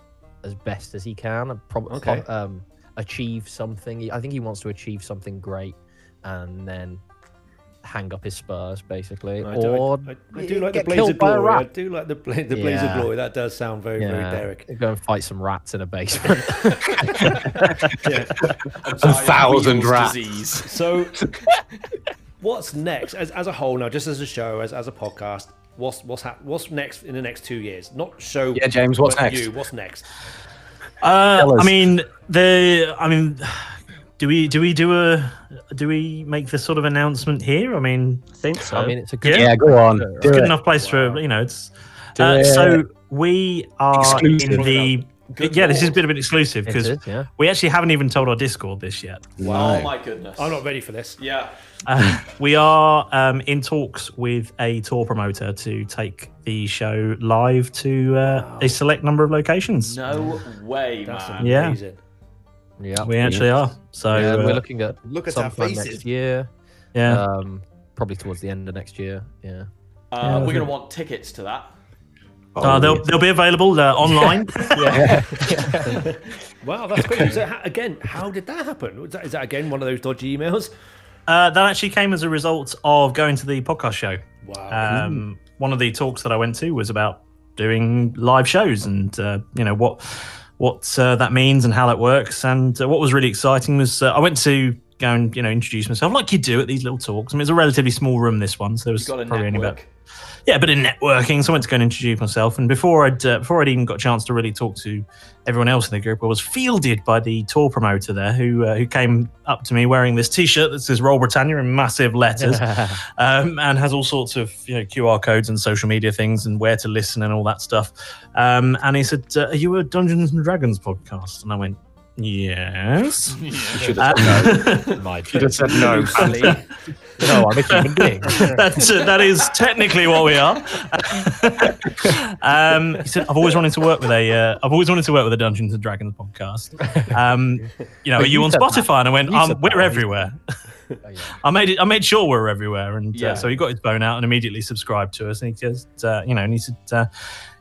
H: as best as he can and probably
A: Okay.
H: um, achieve something. He- I think he wants to achieve something great and then hang up his spurs basically,
A: I do,
H: or
A: I, I- I do like the
H: get
A: blaze
H: killed
A: of
H: by a
A: glory. I
H: rat.
A: do like the bla- the blaze
H: Yeah.
A: of glory. That does sound very very Derek.
H: go and fight some rats in a basement.
B: A
G: thousand rats.
B: Disease.
A: So, what's next as, as a whole now? Just as a show, as as a podcast, what's what's hap- what's next in the next two years? Not show.
G: Yeah, James, what's
A: but
G: next?
A: You, what's next?
E: Uh,
G: Tell
E: I
G: us.
E: mean, the I mean, do we do we do a do we make the sort of announcement here? I mean,
I: I think so.
H: I mean, it's a good
G: Yeah, go on.
E: it's
G: Do
E: good
G: it.
E: enough place for you know. It's
G: Do
E: uh,
G: it.
E: so we are
G: Exclusive.
E: in the
B: Good
E: yeah, this has
B: lord.
E: been a bit exclusive
H: It
E: because
H: is, yeah.
E: we actually haven't even told our Discord this yet.
B: Oh my goodness.
A: I'm not ready for this.
B: Yeah.
E: Uh, we are um, in talks with a tour promoter to take the show live to uh, a select number of locations.
B: No way,
A: That's
B: man.
E: Yeah.
A: amazing.
H: Yeah,
E: We actually are. So
H: Yeah,
E: yeah,
H: we're looking at
F: Look at our
H: sometime
F: faces.
H: next year.
E: yeah.
H: Um, probably towards the end of next year. Yeah.
B: Uh, we're gonna want tickets to that.
E: Uh,
H: oh,
E: they'll, they'll be available uh, online.
A: Wow, that's crazy. So, ha- again, how did that happen? Was that, is that again one of those dodgy emails?
E: uh, that actually came as a result of going to the podcast show.
A: Wow.
E: Um, one of the talks that I went to was about doing live shows and uh, you know what what uh, that means and how that works. And uh, what was really exciting was uh, I went to go and you know introduce myself like you do at these little talks. I mean, it's a relatively small room this one, so there was
B: You've got a
E: probably only about
B: network.
E: yeah, but in networking, so I went to go and introduce myself. And before I'd uh, before I'd even got a chance to really talk to everyone else in the group, I was fielded by the tour promoter there, who uh, who came up to me wearing this T-shirt that says "Royal Britannia" in massive letters, um, and has all sorts of you know QR codes and social media things and where to listen and all that stuff. Um, and he said, uh, "Are you a Dungeons and Dragons podcast?" And I went, "Yes." Uh,
H: My
J: Should have said no.
H: no, I'm a human being.
E: That's, uh, that is technically what we are. um, he said, "I've always wanted to work with a. Uh, I've always wanted to work with a Dungeons and Dragons podcast. Um, you know, are you,
H: you
E: on
H: said
E: Spotify?" And I went,
H: You
E: um,
H: said
E: "We're
H: that.
E: everywhere."
H: yeah.
E: I made it. I made sure we're everywhere, and
B: Yeah.
E: uh, so he got his phone out and immediately subscribed to us. And he just, uh, you know, and he said, uh,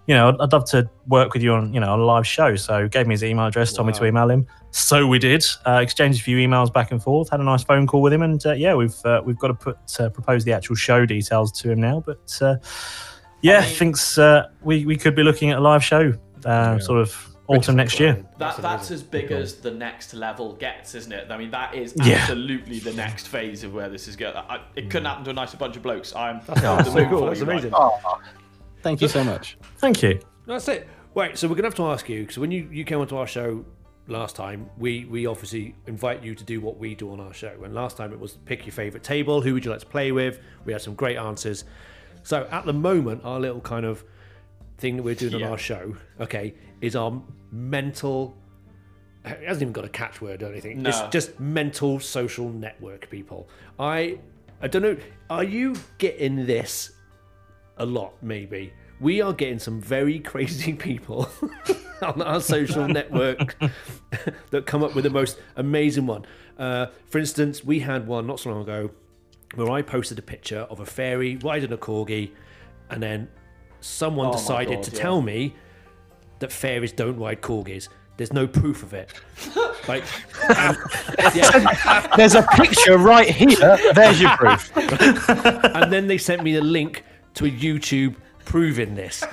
E: "You know, I'd, I'd love to work with you on, you know, on a live show." So gave me his email address, told me to
A: Wow.
E: email him. So we did. Uh, exchanged a few emails back and forth. Had a nice phone call with him, and uh, yeah, we've uh, we've got to put uh, propose the actual show details to him now. But uh, yeah,
B: mean-
E: thinks uh, we we could be looking at a live show, uh, sort of autumn next year.
B: That, that's as big as the next level gets, isn't it? I mean, that is
E: Yeah. Mm.
B: absolutely the next phase of where this is going. I, it couldn't happen to a nicer bunch of blokes. I'm
A: That's
B: the
A: so
B: moon
A: cool.
B: for
A: That's
B: you, mate.
A: amazing.
J: Thank you so much.
E: Thank you.
A: That's it. Right, so we're gonna have to ask you because when you you came onto our show last time, we we obviously invite you to do what we do on our show. And last time it was pick your favorite table. Who would you like to play with? We had some great answers. So at the moment, our little kind of thing that we're doing on our show, okay, is our mental. It hasn't even got a catchword or anything. It's
B: No.
A: just mental social network people. I I don't know. Are you getting this a lot, maybe. We are getting some very crazy people on our social network that come up with the most amazing one. Uh, for instance, we had one not so long ago where I posted a picture of a fairy riding a corgi, and then someone
B: Oh my
A: decided
B: God,
A: to
B: yeah.
A: tell me that fairies don't ride corgis. There's no proof of it. Like, and- yeah.
D: There's a picture right here. There's your proof.
A: and then they sent me a link to a YouTube proving this.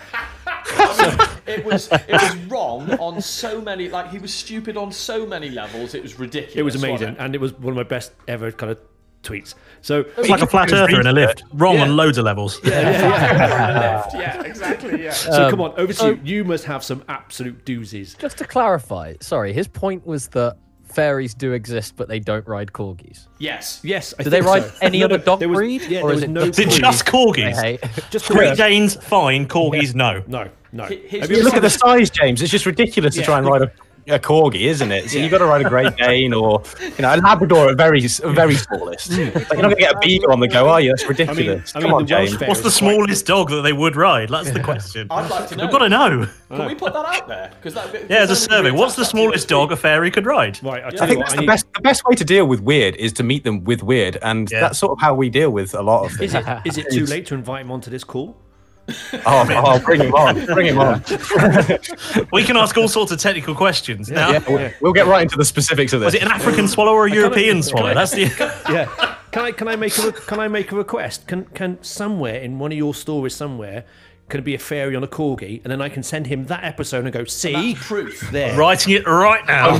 B: It was it was wrong on so many. Like he was stupid on so many levels. It was ridiculous.
A: It was amazing,
B: wasn't it?
A: and it was one of my best ever kind of tweets. So
B: Oh,
E: It's like a flat earther in a lift. Wrong
A: Yeah.
E: on loads of levels.
B: yeah, exactly. Yeah.
A: So come on, over to you. You must have some absolute doozies.
H: Just to clarify, sorry, his point was that fairies do exist, but they don't ride corgis.
B: Yes.
A: Yes, I
H: Do they
A: think
H: ride
A: so.
H: any
A: No,
H: other
A: no,
H: dog
A: there was-
H: breed?
A: Yeah,
H: or
A: there
H: is
A: was
H: it
A: no
E: Is it just
H: I
E: corgis?
H: hate?
A: Just
E: Great
A: corgis.
E: Danes, fine. Corgis, no.
A: No, no.
B: Hi- his-
A: Have you
J: You
A: ever
J: look at
A: seen-
J: the size, James. It's just ridiculous to try and ride a, a corgi, isn't it? So you've got to ride a Great Dane or you know a Labrador at very very
G: Hmm.
J: smallest. Like, you're not going to get a beaver on the go, are you? That's
A: I mean,
J: ridiculous.
A: I
J: Come
A: mean,
J: on,
A: the Welsh
J: James.
A: fairies
E: What's the
A: are
E: smallest dog that they would ride? That's the question.
B: I'd like to know.
E: We've got to know.
B: Can we put that out there? Because that
E: Yeah, as a survey, what's the smallest dog a fairy could ride?
A: Quite, right, I, tell
J: I
A: you
J: think
A: what,
J: that's
A: I
J: the
A: need-
J: best. The best way to deal with weird is to meet them with weird, and
E: Yeah.
J: that's sort of how we deal with a lot of things.
A: Is it is it too late to invite him onto this call?
J: Oh, oh, bring him on! Bring him on!
E: We can ask all sorts of technical questions. Now,
J: Yeah, we'll, we'll get right into the specifics of
E: was
J: this.
E: it an African swallow or a European swallow? That's the.
A: Yeah. Can I can I make a re- can I make a request? Can can somewhere in one of your stories somewhere can be a fairy on a corgi, and then I can send him that episode and go see
B: proof?
A: there.
E: Writing it right now.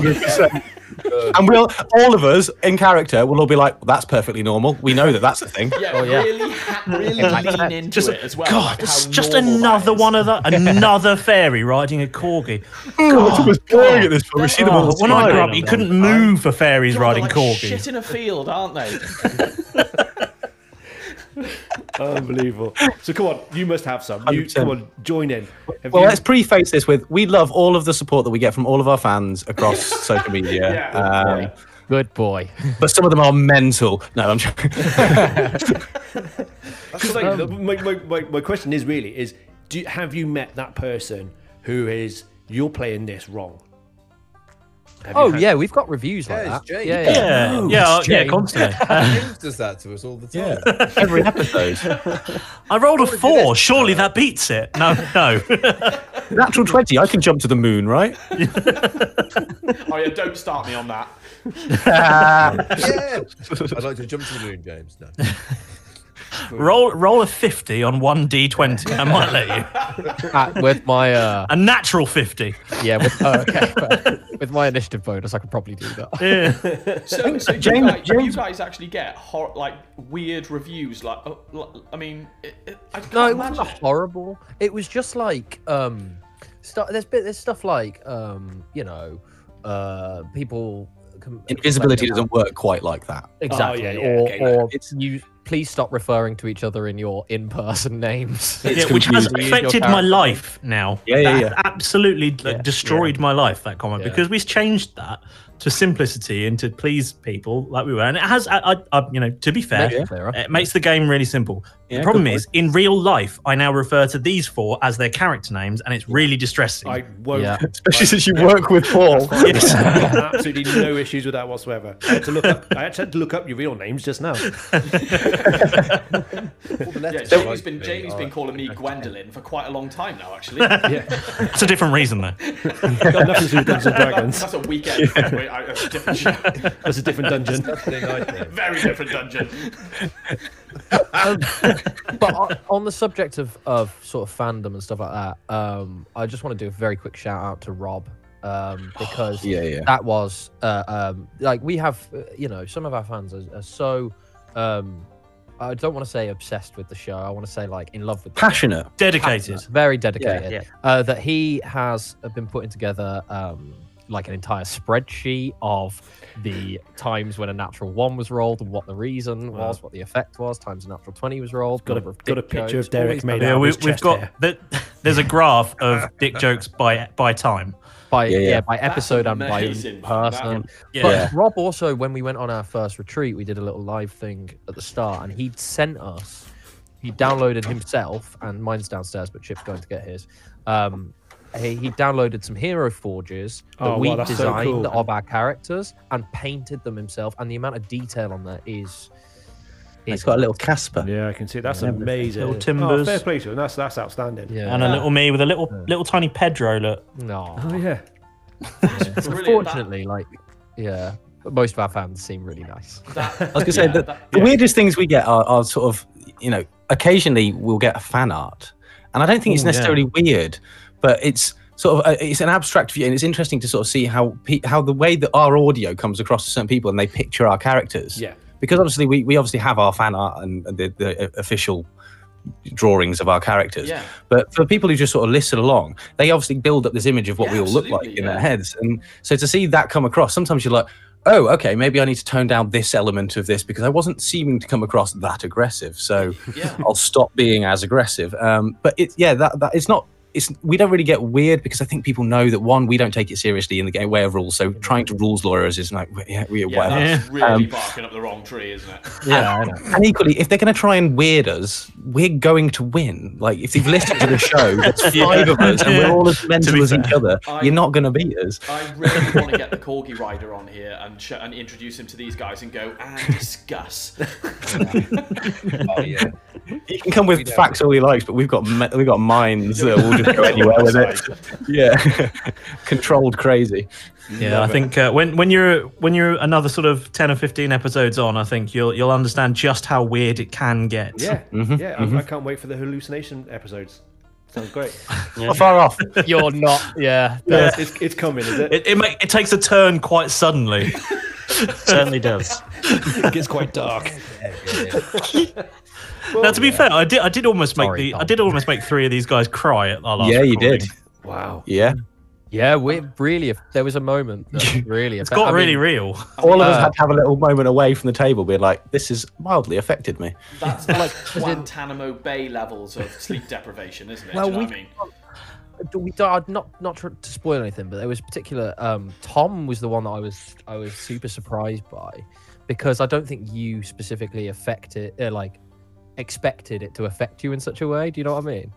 J: and we'll all of us in character will all be like, "That's perfectly normal. We know that that's a thing."
B: Yeah,
H: yeah.
B: really, ha- really lean into
E: Oh, Just-
B: it as well.
E: God,
B: like
E: it's
B: how
E: just
B: normal that
E: another
B: is.
E: one of the another fairy riding a corgi.
J: God, was boring at this point. We've seen them all
E: Oh,
J: the
E: when I
J: time.
E: grew up, you couldn't move for fairies
B: God, they're
E: riding
B: like
E: corgis.
B: Shit in a field, aren't they?
A: Unbelievable. So come on, you must have some. You,
G: 100%.
A: come on, join in. Have
G: Well,
A: you-
G: let's preface this with we love all of the support that we get from all of our fans across social media.
J: Uh,
G: um,
H: Good boy.
G: But some of them are mental. No, I'm joking.
A: Because like, my, my, my, my question is really is do you, have you met that person who is you're playing this wrong? Have you
H: Oh
A: had-
H: yeah, we've got reviews like
F: Yeah,
H: that.
F: it's James.
H: Yeah,
E: Yeah,
H: yeah.
E: yeah,
A: No,
E: yeah,
A: it's Jane.
E: constantly. Uh,
F: James does that to us all the time.
G: every episode.
E: I rolled a four. Surely that beats it. No, no.
G: Natural 20, I can jump to the moon, right?
B: Oh yeah, don't start me on that.
F: Yeah. I'd like to jump to the moon, James. No.
E: roll, roll a fifty on one d twenty. I might let you.
H: Uh, with my uh,
E: A natural fifty.
H: yeah, with, oh, okay, well, with my initiative bonus, I could probably do that.
E: Yeah.
B: So, so you,
G: James-
B: guys,
G: James-
B: you guys actually get hor- like weird reviews, like oh, li- I mean, it, it, I can't
H: No, it
B: imagine.
H: wasn't horrible. It was just like um, stu there's bit there's stuff like um, you know, uh, people. com-
G: Invisibility
H: complain about-
G: doesn't work quite like that.
H: exactly,
A: yeah, yeah,
H: or,
G: Oh, okay, no,
H: or
G: it's-
H: you please stop referring to each other in your in-person names.
G: It's
E: yeah, which has
H: confusing.
E: affected my life now.
G: Yeah, yeah,
E: That
G: yeah.
E: Absolutely like,
H: Yeah,
E: destroyed my life. That comment
H: Yeah.
E: because we've changed that to simplicity and to please people like we were, and it has. I, I, I you know, to be fair,
H: Makes it clearer.
E: it Eh, makes the game really simple.
G: Yeah,
E: the problem
G: good
E: is, in real life, I now refer to these four as their character names, and it's really distressing.
A: I won't.
H: Yeah.
G: Especially since you work with Paul.
E: Yes.
A: I have absolutely no issues with that whatsoever. I had to look up. I actually had to look up your real names just now.
F: All the
B: Yeah,
F: letters are
B: Jamie's
F: like
B: been
F: me.
B: Jamie's
F: All
B: been
F: right.
B: calling me Gwendolyn for quite a long time now. Actually,
E: That's a different reason, though.
A: Got nothing to do with Dungeons and Dragons.
B: that's a weekend. Yeah. Wait, I, that's a different show.
A: That's a different dungeon.
F: Thing I do.
B: Very different dungeon.
H: but on, on the subject of, of sort of fandom and stuff like that, um, I just want to do a very quick shout out to Rob um, because
G: Yeah, yeah.
H: that was uh, um, like we have, uh, you know, some of our fans are, are so. Um, I don't want to say obsessed with the show. I want to say like in love with the show.
G: Passionate.
E: Dedicated.
H: very dedicated.
I: Yeah.
H: Uh, that he has uh, been putting together um, like an entire spreadsheet of the times when a natural one was rolled and what the reason was, what the effect was, times a natural twenty was rolled.
A: Got a,
H: number of
A: got a
H: dick
A: picture
H: jokes,
A: of
H: all
A: Derek
H: these
A: made
E: Yeah,
A: out of
E: we,
A: his
E: we've
A: chest
E: got
A: hair.
E: that. There's a graph of dick jokes by by time.
H: by yeah,
G: Yeah, yeah.
H: by episode and by
B: amazing.
H: person.
E: Yeah.
H: But
G: Yeah.
H: Rob also, when we went on our first retreat, we did a little live thing at the start, and he'd sent us. He downloaded himself, and mine's downstairs, but Chip's going to get his. Um, he, he downloaded some hero forges that
A: Oh, wow,
H: we
A: that's so
H: designed
A: cool.
H: of our characters and painted them himself. And the amount of detail on that is,
G: He's got a little Casper.
A: Yeah, I can see. That's amazing.
E: Little
A: Oh,
E: timbers.
A: fair play to him. That's that's outstanding.
H: yeah,
E: And a little me with a little little tiny Pedro look.
A: Oh
H: no.
A: yeah.
B: It's brilliant. That-
H: Fortunately, like, yeah, but most of our fans seem really nice.
B: that-
G: I was going to say,
B: yeah,
G: the,
B: that-
G: the weirdest things we get are, are sort of, you know, occasionally we'll get a fan art. And I don't think it's
E: Ooh, yeah.
G: necessarily weird, but it's sort of, a, it's an abstract view. And it's interesting to sort of see how, pe- how the way that our audio comes across to certain people and they picture our characters.
A: Yeah.
G: Because obviously we, we obviously have our fan art and and the, the official drawings of our characters.
B: Yeah.
G: But for people who just sort of listen along, they obviously build up this image of what
B: Yeah,
G: we all look like
B: absolutely,
G: in
B: yeah.
G: their heads. And so to see that come across, sometimes you're like, oh, okay, maybe I need to tone down this element of this because I wasn't seeming to come across that aggressive. So
B: Yeah.
G: I'll stop being as aggressive. Um, but it, yeah, that, that it's not. It's, we don't really get weird because I think people know that one, we don't take it seriously in the game way of rules. So trying to rules lawyers is like, yeah, we,
B: Yeah,
G: whatever.
B: that's really
G: Um,
B: barking up the wrong tree, isn't it?
H: Yeah, I know.
G: And equally, if they're going to try and weird us, we're going to win. Like, if you've listened to the show, there's five of us, and we're all as
E: be
G: mental as each other.
B: I-
G: You're not going to beat us.
B: I really want to get the Corgi rider on here and sh- and introduce him to these guys and go and discuss.
F: Oh, yeah.
G: You can come with facts all he likes, but we've got me- we've got minds that will just go anywhere with it. Yeah, controlled crazy.
E: Yeah, I think uh, when when you're when you're another sort of ten or fifteen episodes on, I think you'll you'll understand just how weird it can get.
A: Yeah. yeah. I, I can't wait for the hallucination episodes. Sounds great.
G: Not far off.
H: You're not, yeah.
A: Yeah. It's, it's coming, is it?
E: It it, make, it takes a turn quite suddenly.
I: Certainly does.
A: It gets quite dark.
E: now, to be fair, I did I did almost make
H: Sorry,
E: the I
H: Tom.
E: did almost make three of these guys cry at our last.
G: Yeah, you
E: recording.
G: did.
A: Wow.
G: Yeah,
C: Yeah, we really. There was a moment. That really,
E: Um, It's got really real.
J: All of us
C: Uh,
J: had to have a little moment away from the table, being like, "This has mildly affected me."
B: That's like Guantanamo Bay levels of sleep deprivation, isn't it?
C: Well,
B: Do you know
C: we-
B: what I mean?
C: Do we died not not to, to spoil anything, but there was particular. Um, Tom was the one that I was I was super surprised by, because I don't think you specifically affected uh, like expected it to affect you in such a way. Do you know what I mean?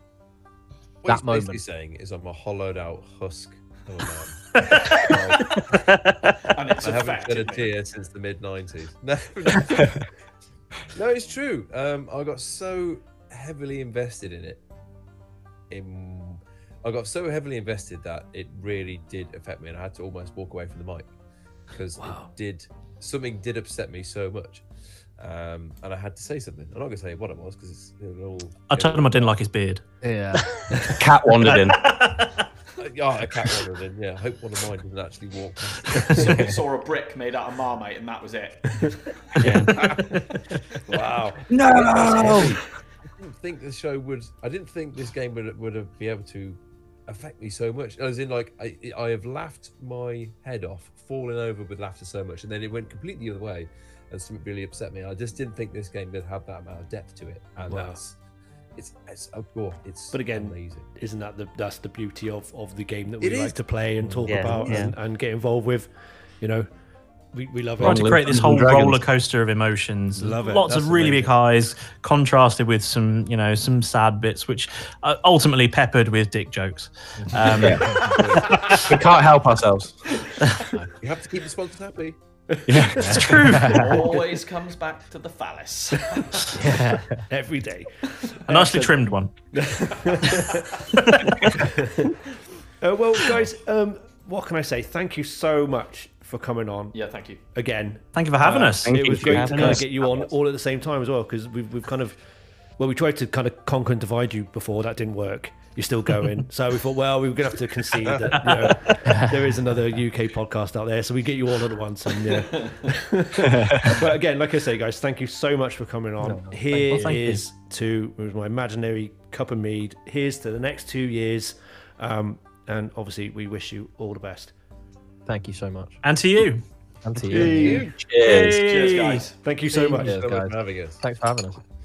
F: What
C: That
F: he's basically
C: moment.
F: saying is I'm a hollowed out husk. of a man.
B: And it's
F: I haven't shed a
B: affected me.
F: tear since the mid '90s. No, no, it's true. Um, I got so heavily invested in it. In I got so heavily invested that it really did affect me, and I had to almost walk away from the mic because it did something did upset me so much, um, and I had to say something. I'm not gonna tell you what it was because it's it'll all.
E: I told him I didn't like his beard.
C: Yeah.
J: Cat wandered in.
F: Uh, Yeah, a cat one of them. Yeah, I hope one of mine doesn't actually walk. past
B: Saw, saw a brick made out of marmite, and that was it.
F: it. wow.
J: no.
F: I didn't think the show would. I didn't think this game would would have be able to affect me so much. As in, like I, I have laughed my head off, fallen over with laughter so much, and then it went completely the other way, and something really upset me. I just didn't think this game would have that amount of depth to it, and
A: Wow.
F: that's it's it's oh, God, it's
A: But again,
F: amazing.
A: Isn't that the that's the beauty of of the game that we
F: It
A: like
F: is.
A: to play and talk
I: Yeah,
A: about
I: yeah.
A: And, and get involved with? You know, we, we love
E: I tried
A: it.
E: to
J: Long
E: create
J: live Dungeons
E: this whole
J: and Dragons.
E: roller coaster of emotions.
A: Love it.
E: Lots
A: That's
E: of really
A: amazing.
E: big highs, contrasted with some, you know, some sad bits, which uh, ultimately peppered with dick jokes. Um,
J: we can't help ourselves.
F: You have to keep the sponsors happy.
E: It's true.
B: Always comes back to the phallus.
A: every day.
E: A nicely trimmed one.
A: Uh, well, guys, um, what can I say? Thank you so much for coming on
B: yeah, thank you.
A: again.
E: Thank you for having
A: Uh,
E: us.
J: thank
A: it
J: you
A: was
J: for
A: great to
J: having
A: kind of
J: us.
A: get you on all at the same time as well because we've, we've kind of well we tried to kind of conquer and divide you before that didn't work you're still going so we thought well we were gonna have to concede that you know, there is another uk podcast out there so we get you all at once and yeah but again like i say guys thank you so much for coming on Here is
E: thank you.
A: to it was my imaginary cup of mead here's to the next two years um and obviously we wish you all the best
C: Thank you so much.
E: And to you.
C: And to you.
J: Cheers.
B: Cheers, guys.
A: thank you so much
C: Cheers,
F: so much
C: guys.
F: for having us.
C: Thanks for having us.